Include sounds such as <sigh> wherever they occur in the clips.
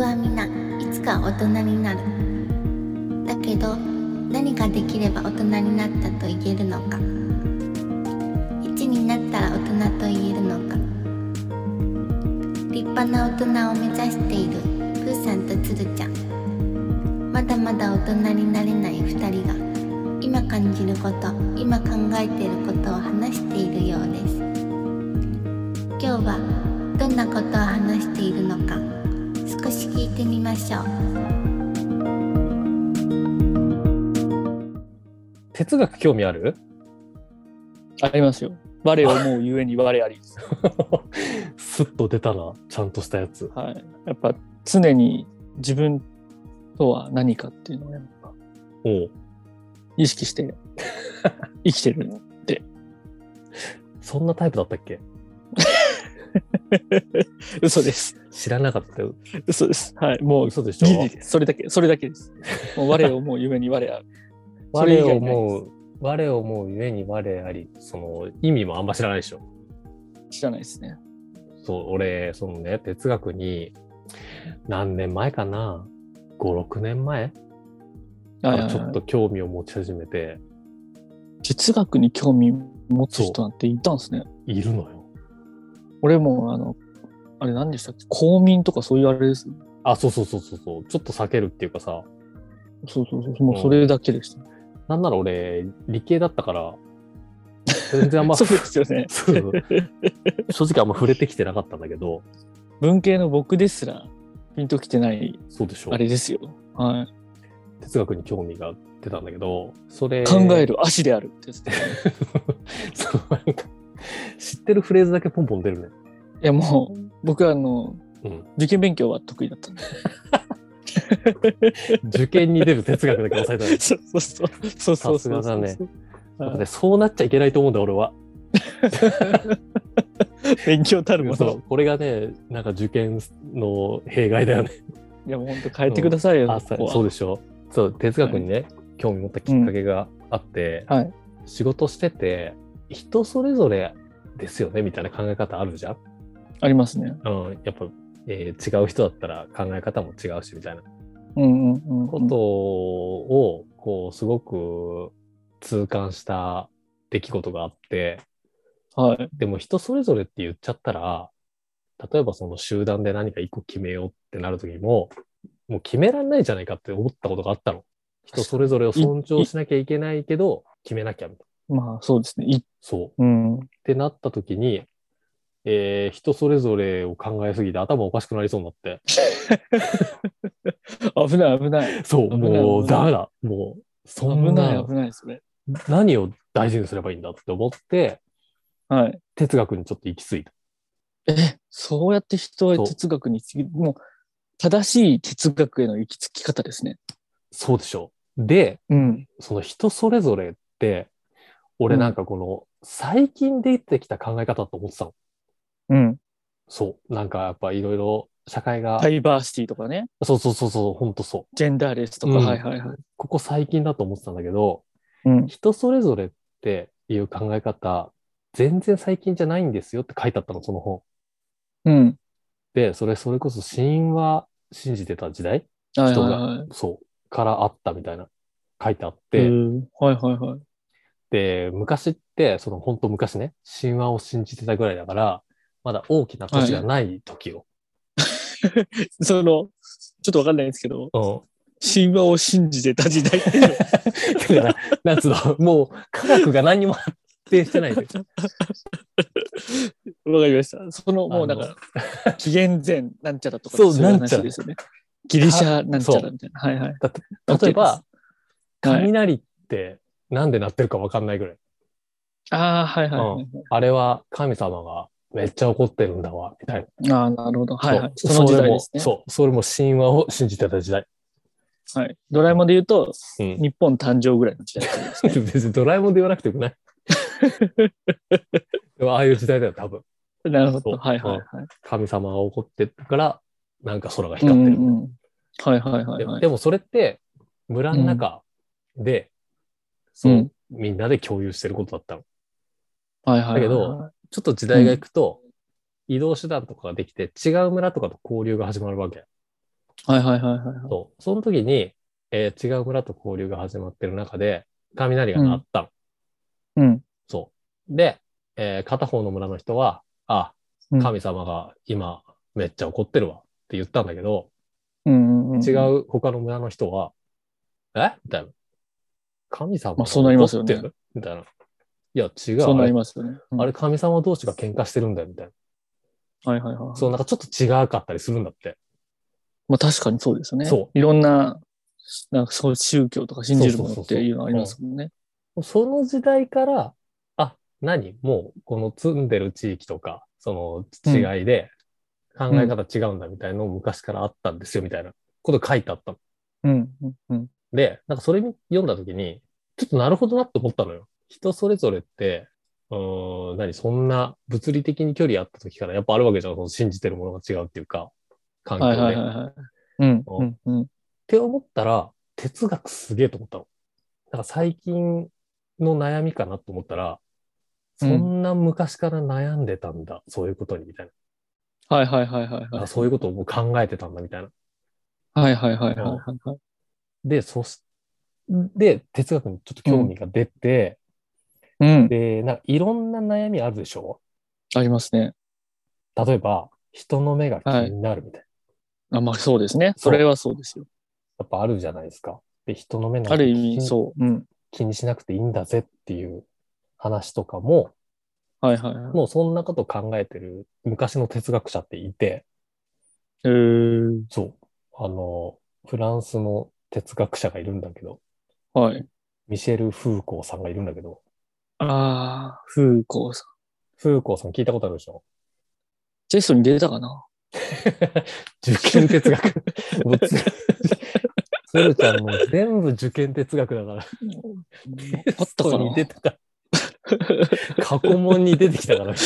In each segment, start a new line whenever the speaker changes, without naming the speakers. はみんないつか大人になるだけど何ができれば大人になったと言えるのか1になったら大人と言えるのか立派な大人を目指しているプーさんとつるちゃんまだまだ大人になれない2人が今感じること今考えていることを話しているようです今日はどんなことを話しているのか少し聞いてみましょう
哲学興味ある <laughs>
ありますよ。我を思うゆえに我あ
<laughs>
りです。
スッと出たなちゃんとしたやつ
はい。やっぱ常に自分とは何かっていうのをやっぱ
おう
意識して
<laughs>
生きてる。
そんなタイプだったっけ
嘘です。
知らなかったよ
嘘です。はい。もう
嘘でしょ
ギリです。それだけ、それだけです。もう我を思うゆえに我あり。それ以
我を
外ない
思う我を思うゆえに我ありその意味もあんま知らないでしょ
知らないですね。
そう俺そのね哲学に何年前かな56年前
はい
から
はい
ち
は
ょっ
い
と興味を持ち始めて
哲学に興味持つ人なんていたんですね。
いるのよ
俺もあの、あれ何でしたっけ公民とかそういうあれです。
あそうそうそうそうそうちょっと避けるっていうかさ
そうそうそう。もうそれだけでした。
なんなら俺理系だったから全然あんま
<laughs> そうですよね。
そうそう正直あんま触れてきてなかったんだけど
文系の僕ですらピンときてない
そうでしょ
あれですよ。はい。
哲学に興味が出たんだけどそれ
考える足であるってやつです。
<laughs> そのなんか知ってるフレーズだけポンポン出るね。
いやもう僕はあの
うん、
受験勉強は得意だったんで。
受験に出る哲学だけ抑え
<laughs>
たね
そうそうそうそうそうそ
さ
う
すがだね
はい。
なんかねそうなっちゃいけないと思うんだよ俺は。
勉強たるも
そ
の
う。これがねなんか受験の弊害だよね。
いやもう本当変えてくださいよ。
あそ
ここは
うでしょそう哲学にね、興味持ったきっかけがあって、
うんはい
仕事してて人それぞれですよねみたいな考え方あるじゃん。
ありますね。
うん、やっぱ、えー違う人だったら考え方も違うしみたいな。
うんうんうん。
ことをこうすごく痛感した出来事があって
はい。
でも人それぞれって言っちゃったら例えばその集団で何か一個決めようってなる時ももう決められないじゃないかって思ったことがあったの人それぞれを尊重しなきゃいけないけど決めなきゃみたいな
まあそうですね。い
そうっ
うん。
てなった時に、えー人それぞれを考えすぎて頭おかしくなりそうになって
危ない危ない。
そう
危ない
もう
危ない
ダメだもうそ
危
ん
ない
な
危ないそれ。
何を大事にすればいいんだって思って
はい。
哲学にちょっと行き着いた。
え、そうやって人は
そう
哲学につき、もう正しい哲学への行き着き方ですね。
そうでしょう。で、
うん。
その人それぞれって、俺なんかこの最近出てきた考え方と思ってたの。
うん。
そう。なんかやっぱいろいろ社会が、
ダイバーシティとかね、
そうそうそうそう、ほんとそう。
ジェンダーレスとか、
うん
はいはいはい。
ここ最近だと思ってたんだけど、
うん。
人それぞれっていう考え方、全然最近じゃないんですよって書いてあったの、その本。
うん。
で、それ、それこそ神話信じてた時代
はい
人
はい
が
はい。、
そう、からあったみたいな、書いてあって、
うんはいはいはい。
で、昔って、その本当昔ね、神話を信じてたぐらいだから、まだ大きな年がない時よ。
その、ちょっとわかんないんですけど、
うん
神話を信じてた時代っていう
<laughs>
の
だから、なんつうの、もう科学が何にも発展してないで。
わかりました。その、もうなん
あ
か、紀元前なんちゃらとか
そう
い
なんちゃら
話ですよね。ギリシャなんちゃらみたいな。はいはい。
の例えば、
<laughs> はい
雷ってなんで鳴ってるかわかんないぐらい。
ああ、はいはいは
あれは神様がめっちゃ怒ってるんだわ、みたい
い。ああ、なるほど。
な。
はいはい。
そ
そうの時
それ
代
も
ですね。
そう、それも神話を信じてた時代。
はい。ドラえもんで言うと、
うん
日本誕生ぐらいの時代ですね。
<laughs> 別にドラえもんで言わなくてよくない
<laughs>
でもああいう時代だよ、多分。
なるほど。
そう
はいはいはい。
神様が怒ってるから、なんか空が
うん
光ってる。
うんうんはいはいはい
で
はい。
でもそれって村の中で、
う
そ
ん
うみんなで共有してることだったの。
はいはいはいはい。
だけどちょっと時代が行くと、移動手段とかができて違う村とかと交流が始まるわけ。
はいはいはいはいはい。
そう。その時に、えー違う村と交流が始まってる中で、雷が鳴ったの。
うん。
そう。で、えー片方の村の人は、あ、
うん
神様が今めっちゃ怒ってるわって言ったんだけど、
うんうんうん。
違。う他の村の人は、えみたいな。神様
ま
が
あそうなり
怒
ますよ
って
ね
る、みたいな。いや、違う。
そうな
あ
り
れ
ますよね。うん
あれ神様同士が喧嘩してるんだよ、みたいな。
はいはいはい。
そう、なんかちょっと違かったりするんだって。
まあ確かにそうですね。。
そう
いろんな、なんかそういう宗教とか信じる
そ
もの
う
っ
そうそうそう
ていうのありますもんね。
その時代から、あ、何もう、この住んでる地域とか、その違いで、考え方違うんだみたいのを昔からあったんですよ、みたいなこと書いてあったの。
うんうんうん。
で、なんかそれ読んだ時に、ちょっとなるほどなって思ったのよ。人それぞれって、うーん、何、そんな物理的に距離あった時からやっぱあるわけじゃん。その信じてるものが違うっていうか、環境
は
で。
いはいはいはい。うんうんうん。
って思ったら、哲学すげえと思ったの。なんか最近の悩みかなと思ったら、そ
うん
んな昔から悩んでたんだ、そういうことに、みたい
はいはいはいはい
な。
は
あ
い。
そういうことをもう考えてたんだ、みたいな。
はいはいはいはいはいはい。
で、そし、で、哲学にちょっと興味が出て、
うん。
で、なんかいろんな悩みあるでしょ
ありますね。
例えば、人の目が気になるみたいな。
あ、まあそうですね。
そ
そうれはそうですよ。
やっぱあるじゃないですか。で、人の目なん
あ
か
る
気
意味、
に
そう。うん。
気にしなくていいんだぜっていう話とかも、
はいはいはい。
もうそんなこと考えてる昔の哲学者っていて、
えー、
そう。あの、フランスの哲学者がいるんだけど、
はい。
ミシェル・フーコーさんがいるんだけど、
あー、風光さん。
フーコーさん聞いたことあるでしょ <laughs>
ジェストに出たかな
受験哲学。もうつ鶴ちゃんもう全部受験哲学だから。
あったか
そう
な
に出てた。過去問に出てきたから。 <laughs>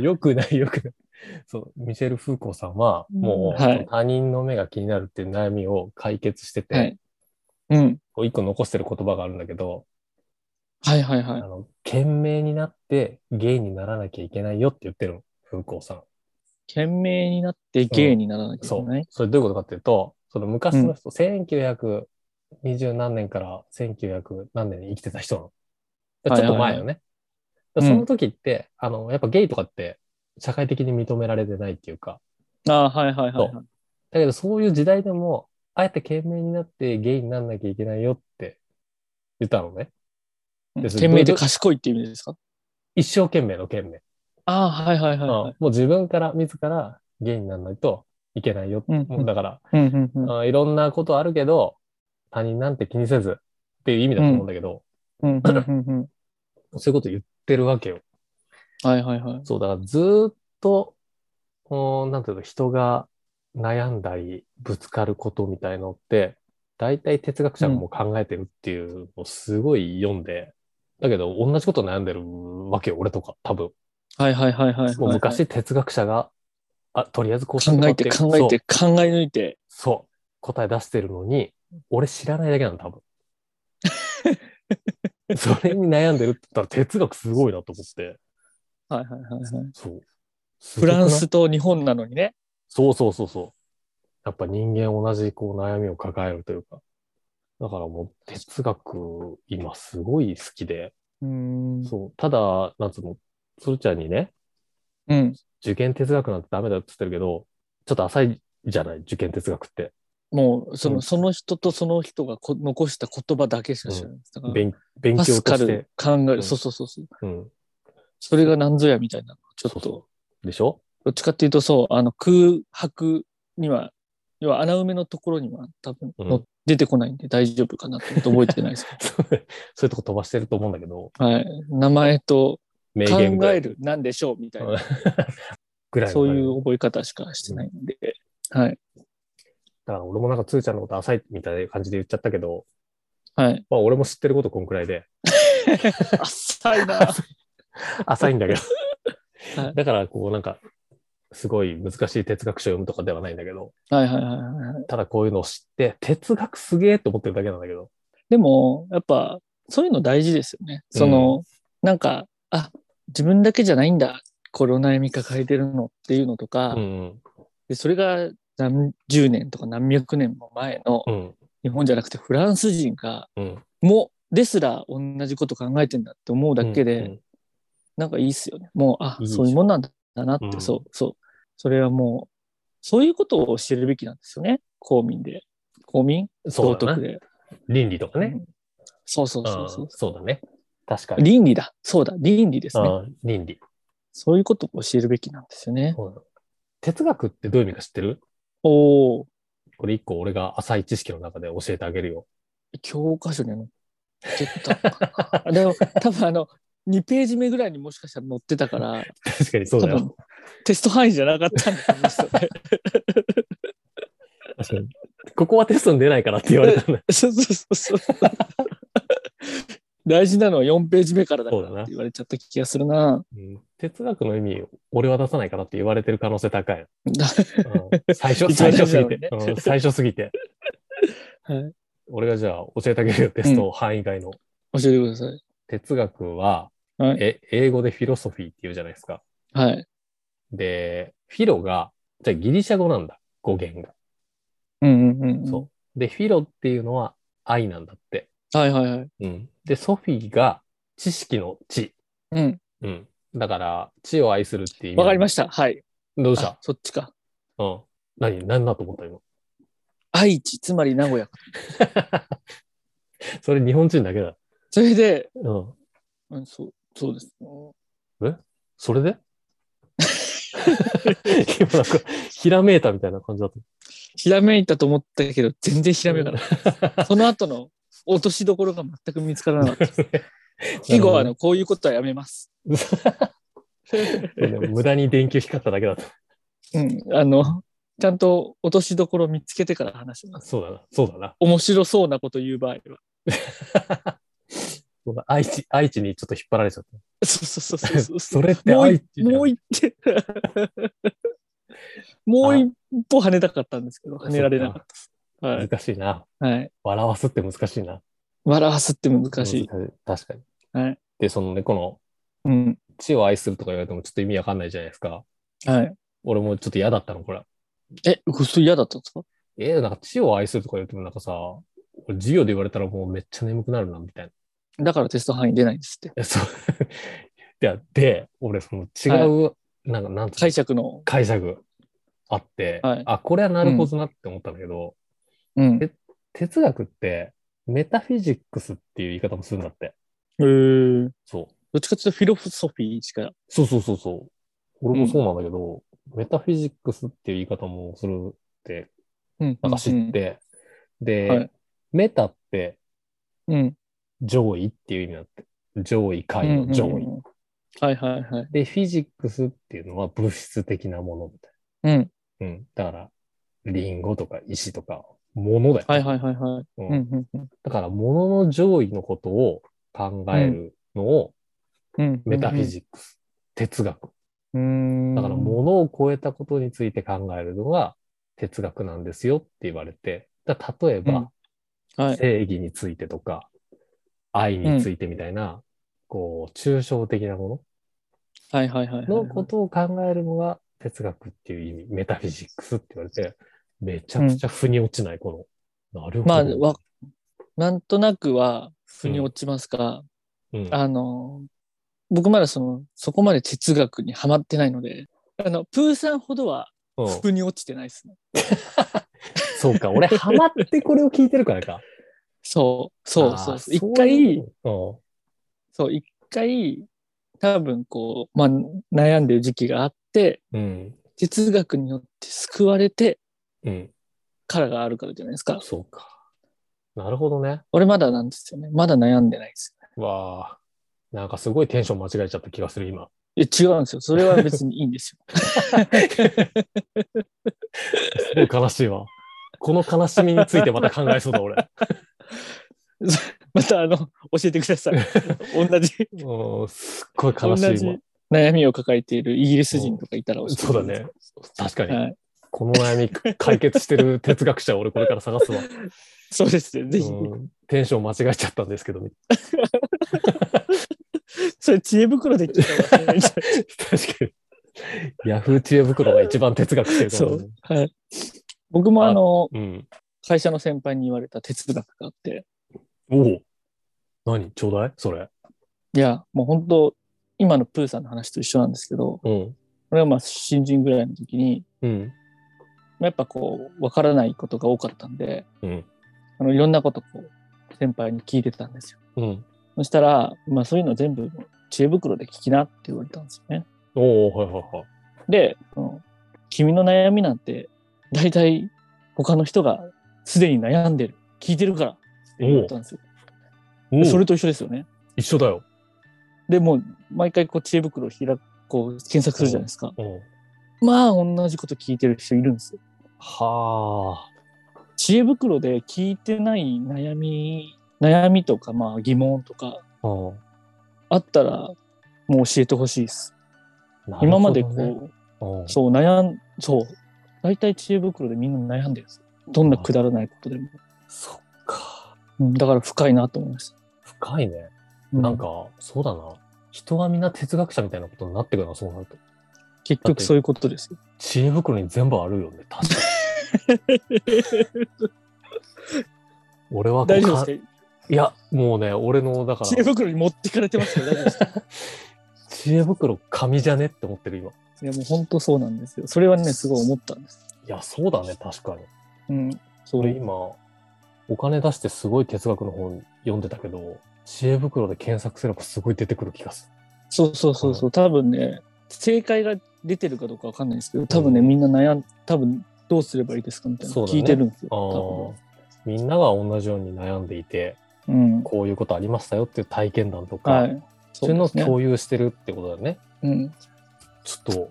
よくない、よくない。そう、ミシェル・フーコーさんは、もう、
はい
他人の目が気になるっていう悩みを解決してて、
はい。うん。
こう一個残してる言葉があるんだけど、
はいはい
あ
はい。
の、懸命になってゲイにならなきゃいけないよって言ってるの、風光さん。
懸命になって芸にならなきゃい
そ
け
う
ない。。
それどういうことかっていうと、その昔の人、1920何年から1900何年に生きてた人なの。だからちょっと前よね。だ
い
から
はいはい
その時って、あの、やっぱゲイとかって社会的に認められてないっていうか、
あー、はいはいはいは
だ
い。
けどそういう時代でも、あえて懸命になってゲイにならなきゃいけないよって言ったのね。
うん
です
懸命で賢いっていう意味ですか
一生懸命の懸命。
あー、はいはいはいはい。
もう自分から、自らゲイにならないといけないよ。
うん
もうだから、
うんうんうん
あいろんなことあるけど、他人なんて気にせずっていう意味だと思うんだけど、
うんうんうんうん。
そういうこと言ってるわけよ。
はいはいはい。
そう、だからずーっと、おーなんていうの、人が悩んだり、ぶつかることみたいのって、大体哲学者がもう考えてるっていうのをすごい読んで、だけど同じこと悩んでるわけよ、俺とか、多分。
はいはいはいはいはい。
もう昔哲学者が、あ、とりあえずこうしよう
考
とか
え
って
て考えて考え抜いて。
そう。答え出してるのに、俺知らないだけなの、
<laughs>
多分。それに悩んでるって言ったら哲学すごいなと思って。
はいはいはいはい。
そう。すごく
フ
ない
ランスと日本なのにね。
そうそうそうそう。やっぱ人間同じこう悩みを抱えるというか。だからもう哲学、今すごい好きで。
うん
そう。ただ、なんつうの、つるちゃんにね、
うん。
受験哲学なんてダメだって言ってるけど、ちょっと浅いじゃない受験哲学って。
もうその、
うん
その人とその人がこ残した言葉だけしか知らない。だから
勉勉強
パ
と
スカ
し
ル
て。
考える、
うん
そうそうそうそう。
うん。
それが何ぞやみたいな。ちょっと
そうそうでしょ <laughs>
どっちかっていうとそうあの空白には要は穴埋めのところには多分の、
うん
出てこないんで大丈夫かなと思って覚えてない <laughs> ですけ
そうそういうとこ飛ばしてると思うんだけど、
ど。はい。名前と
名
考
言ぐらい
え
<laughs>
るなんでしょうみたいな。
ぐらいの
そう
感じ
いう覚え方しかしてないんで。はい。
だから俺もなんかつーちゃんのこと浅いみたいな感じで言っちゃったけど、
<laughs> はい。
まあ俺も知ってることこんくらいで、
浅いな。 <laughs>
浅いんだけど。
はい
だからこうなんか、すごい難しい哲学書を読むとかではないんだけど、
はいはいはいはい。
ただこういうのを知って、哲学すげえって思ってるだけなんだけど。
でも、やっぱ、そういうの大事ですよね。その、なんか、あ、自分だけじゃないんだ。この悩み抱えてるのっていうのとか、
うんうん。
でそれが何十年とか何百年も前の
うん。
日本じゃなくてフランス人が
うん。
もですら同じこと考えてんだって思うだけで、
うん
なんかいいっすよね。もう、あ
いい、でしょ
そういうもんなんだなって、
うん
そう、そう。それはもう、そういうことを教えるべきなんですよね。公民で。公民
そうだ
道
な
徳。で。
倫理とかね。
そうそう
うん
そうそう。
そうだね。確かに。
倫理だ。そうだ。倫理ですね。
うん倫理。
そういうことを教えるべきなんですよね。
そうなの哲学ってどういう意味か知ってる
おお
これ一個俺が浅い知識の中で教えてあげるよ。
教科書には載ってたの
<laughs>
かな。でも、多分あの、2ページ目ぐらいにもしかしたら載ってたから、
確かにそうだ
多分
よ。
テスト範囲じゃなかったんだと思うんですよね
確かに <laughs> ここはテストに出ないからって言われたんだ。
そうそうそうそう。大事なのは4ページ目からだから
そうだな
って言われちゃった気がするな。
うん哲学の意味、俺は出さないからって言われてる可能性高い。
だ
うん最初、
一
最
番大
初
事
す
な
ぎ
のに
て
ね。
うん最初すぎて。
はい
俺がじゃあ教えてあげるよ、テスト範囲外の。
教えてください。
哲学は、
はい
え、英語でフィロソフィーって言うじゃないですか。
はい。
で、フィロが、じゃあギリシャ語なんだ、語源が。
うんうんうん。
そう。で、フィロっていうのは愛なんだって。
う。はいはいはい。
うん。で、ソフィーが知識の知。
うん。
うん。だから、知を愛するっていう意味。
わかりま
し
した。はい。
た。どうし
あ
た
そっちか。
うん。何何だと思った今。
愛知、つまり名古屋。
それ日本人だけだ。
それで、
うん。
うん、そう、そうです。
それで今なんか、ひらめいたみたいな感じだっ。
ひらめいたと思ったけど、全然ひらめかなかった <laughs> た。その後の落としどころが全く見つからなかった。以後はあの、こういうことはやめます。
でも無駄に電球光っただけだった。
うん。あの、ちゃんと落としどころ見つけてから話します。
そうだな、そうだな。
面白そうなこと言う場合は。
そうだ愛知、愛知にちょっと引っ張られちゃっ
そうそうそう
た。
そう
それって
もう
愛
い
知じゃん
もう一手 <laughs> もう一歩跳ねたかったんですけど、跳ねられなかった。はい。
難しいな。
はい。
笑わすって難しいな。
笑わすって難しい。
確かに。
はい。
で、そのね、この、
うん。
地を愛するとか言われてもちょっと意味わかんないじゃないですか。
はい。
俺もちょっと嫌だったの、これ。
え、嘘嫌だったんですか
えーなんか地を愛するとか言われてもなんかさ、俺授業で言われたらもうめっちゃ眠くなるな、みたいな
だからテスト範囲出ないんですって。
え。そう。 <laughs> いや、で、俺、その違う、なんか、なんつうの
解釈の。
解釈あって、
はい
あ、これはなるほどなって思ったんだけど、
うん。
え哲学ってメタフィジックスっていう言い方もするんだって。
えー、
そう。
どっちかっていうとフィロソフィーしか。
そうそうそうそう。俺もそうなんだけど、メタフィジックスっていう言い方もするって、
うん。
なんか知って、で、
はい
メタって
うん。うん。
上位っていう意味だって。上位
は
界の上位。
はいはいはい。
で、フィジックスっていうのは物質的なものみたい
うん。
な。うん。だから、リンゴとか石とか、ものだよ。
はいはいはいはい。
う
うんん。うんうん
だから、物の上位のことを考えるのを
うん。
メタフィジックス、哲学。
うん。
だから、物を超えたことについて考えるのが哲学なんですよって言われて、だから例えば、
うんはい
正義についてとか、愛についてみたいな、こう、抽象的なも
はいはいはいはい。
ののことを考えるのが哲学っていう意味、メタフィジックスって言われて、めちゃくちゃ腑に落ちない、この。なるほ
まあ、
ど。
わなんとなくは、腑に落ちますが、
うん
あの、僕まだその、そこまで哲学にはまってないので、あの、プーさんほどは、
うん
腑に落ちてないですね。
そうか、俺、ハマってこれを聞いてるからか。
そう、そう、
あー
そうそう。一
そうい
回、
うこ
そう、一回、多分こう、まあ、悩んでる時期があって、
とうん。
哲学によって救われて
うん。うん。
からがあるからじゃないですか。
そうか。なるほどね。
俺まだなんですよね。まだ悩んでないです。
わあ。なんかすごいテンション間違えちゃった気がする、今。
いや違うんですよ。それは別にいいんですよ。
<laughs> すごい悲しいわ。この悲しみについてまた考えそうだ、俺。
またあの、教えてください。同じ。
うん、すっごい悲しいわ。
悩みを抱えているイギリス人とかいたら教えてく
そうだね。確か
ださい。
に。
はい、
この悩み解決してる哲学者を俺これから探すわ。
そうですね。ぜひ、
うんテンション間違えちゃったんですけど。
それ知恵袋で聞いた方がいいんじゃない
確かに。ヤフー知恵袋が一番哲学してると思う。
そう。はい。僕もあの、
うん。
会社の先輩に言われた哲学があって、
おお。何ちょうだいそれ。
いや、もう本当、今のプーさんの話と一緒なんですけど、
うん。
これはまあ新人ぐらいの時に、
うん。
まあやっぱこう、わからないことが多かったんで、
うん。
あのいろんなことこう、先輩に聞いてたんですよ。
うん。
そしたら、まあそういうの全部知恵袋で聞きなって言われたんですよね。
おおはいはいはい。
で、その君の悩みなんて、大体他の人がすでに悩んでる、聞いてるからって言われたんですよ。
おお
それと一緒ですよね。
一緒だよ。
でもう毎回こう知恵袋を開くこう検索するじゃないですか。
うん。
まあ同じこと聞いてる人いるんですよ。
はあ。
知恵袋で聞いてない悩み悩みとかまあ疑問とか
うん
あったらもう教えてほしいです。
なるほどね
今までこう、
うん
そう悩んそう大体知恵袋でみんな悩んでるんですよ。どんなくだらないことでも。
そっか。
うん、だから深いなと思いました。
深いね。
う
なんか、そうだな。人はみんな哲学者みたいなことになってくるな、そうなると。
結局そういうことですよ。
知恵袋に全部あるよね、確かに。 <laughs> 俺はこう
大丈夫
か
ですか
いや、もうね、俺の、だか
知恵
ら、
袋に持ってかれてますけど大丈夫で
<laughs>
すか
知恵袋、紙じゃねって思ってる、今。い
いやもう本当そうなんですよ。それはねすごい思ったんです。
や、そうだね、確かに。
うん、そう
俺今、お金出してすごい哲学の本読んでたけど、知恵袋で検索すればすごい出てくる気がす
そうそうそうそう、多分ね、正解が出てるかどうかわかんないですけど、多分ね、みんな悩ん、多分どうすればいいですかみたいな、
そうだね
聞いてるんですよ。
る。あ
多
あ。みんなが同じように悩んでいて、
分うん。
こういうことありましたよっていう体験談とか、
はい。
そういうのを
ですね
共有してるってことだよね。
うん。
ちょっと、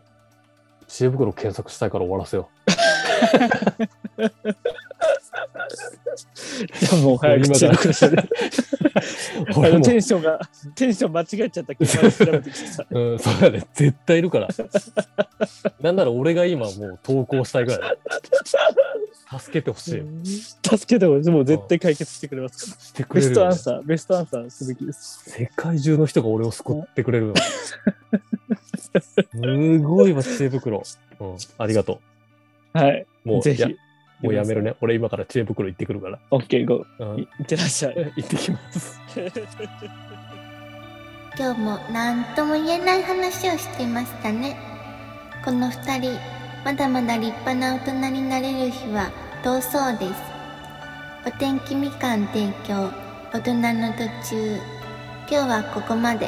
知恵袋検索したいから終わらせよ
じゃあもう早く
今
知
から
恵袋調べて <laughs>
う。
あ
俺
の
も、
テンションが、テンション間違えちゃったけど、調べてきた。
うん、そうだね。絶対いるから。 <laughs> なんなら俺が今もう投稿したいぐらいだ。助けてほしい。
助けてほしい。もう絶対解決してくれますから。
してく
ベ
れ
ス
る
ト
よ
ア
ね、
ンサー、ベストアンサーすべきです。
世界中の人が俺を救ってくれ
<laughs>
るよ。すごいわ、知恵袋。うん、ありがと
はい。
う。もう、
ぜひ
や。もうやめるね。俺今から知恵袋行ってくるから。
OK, go.
うん
い、いってらっし <laughs> ゃい。
行ってきます。
今日も何とも言えない話をしてましたねこの2人まだまだ立派な大人になれる日は遠そうですお天気みかん提供大人の途中今日はここまで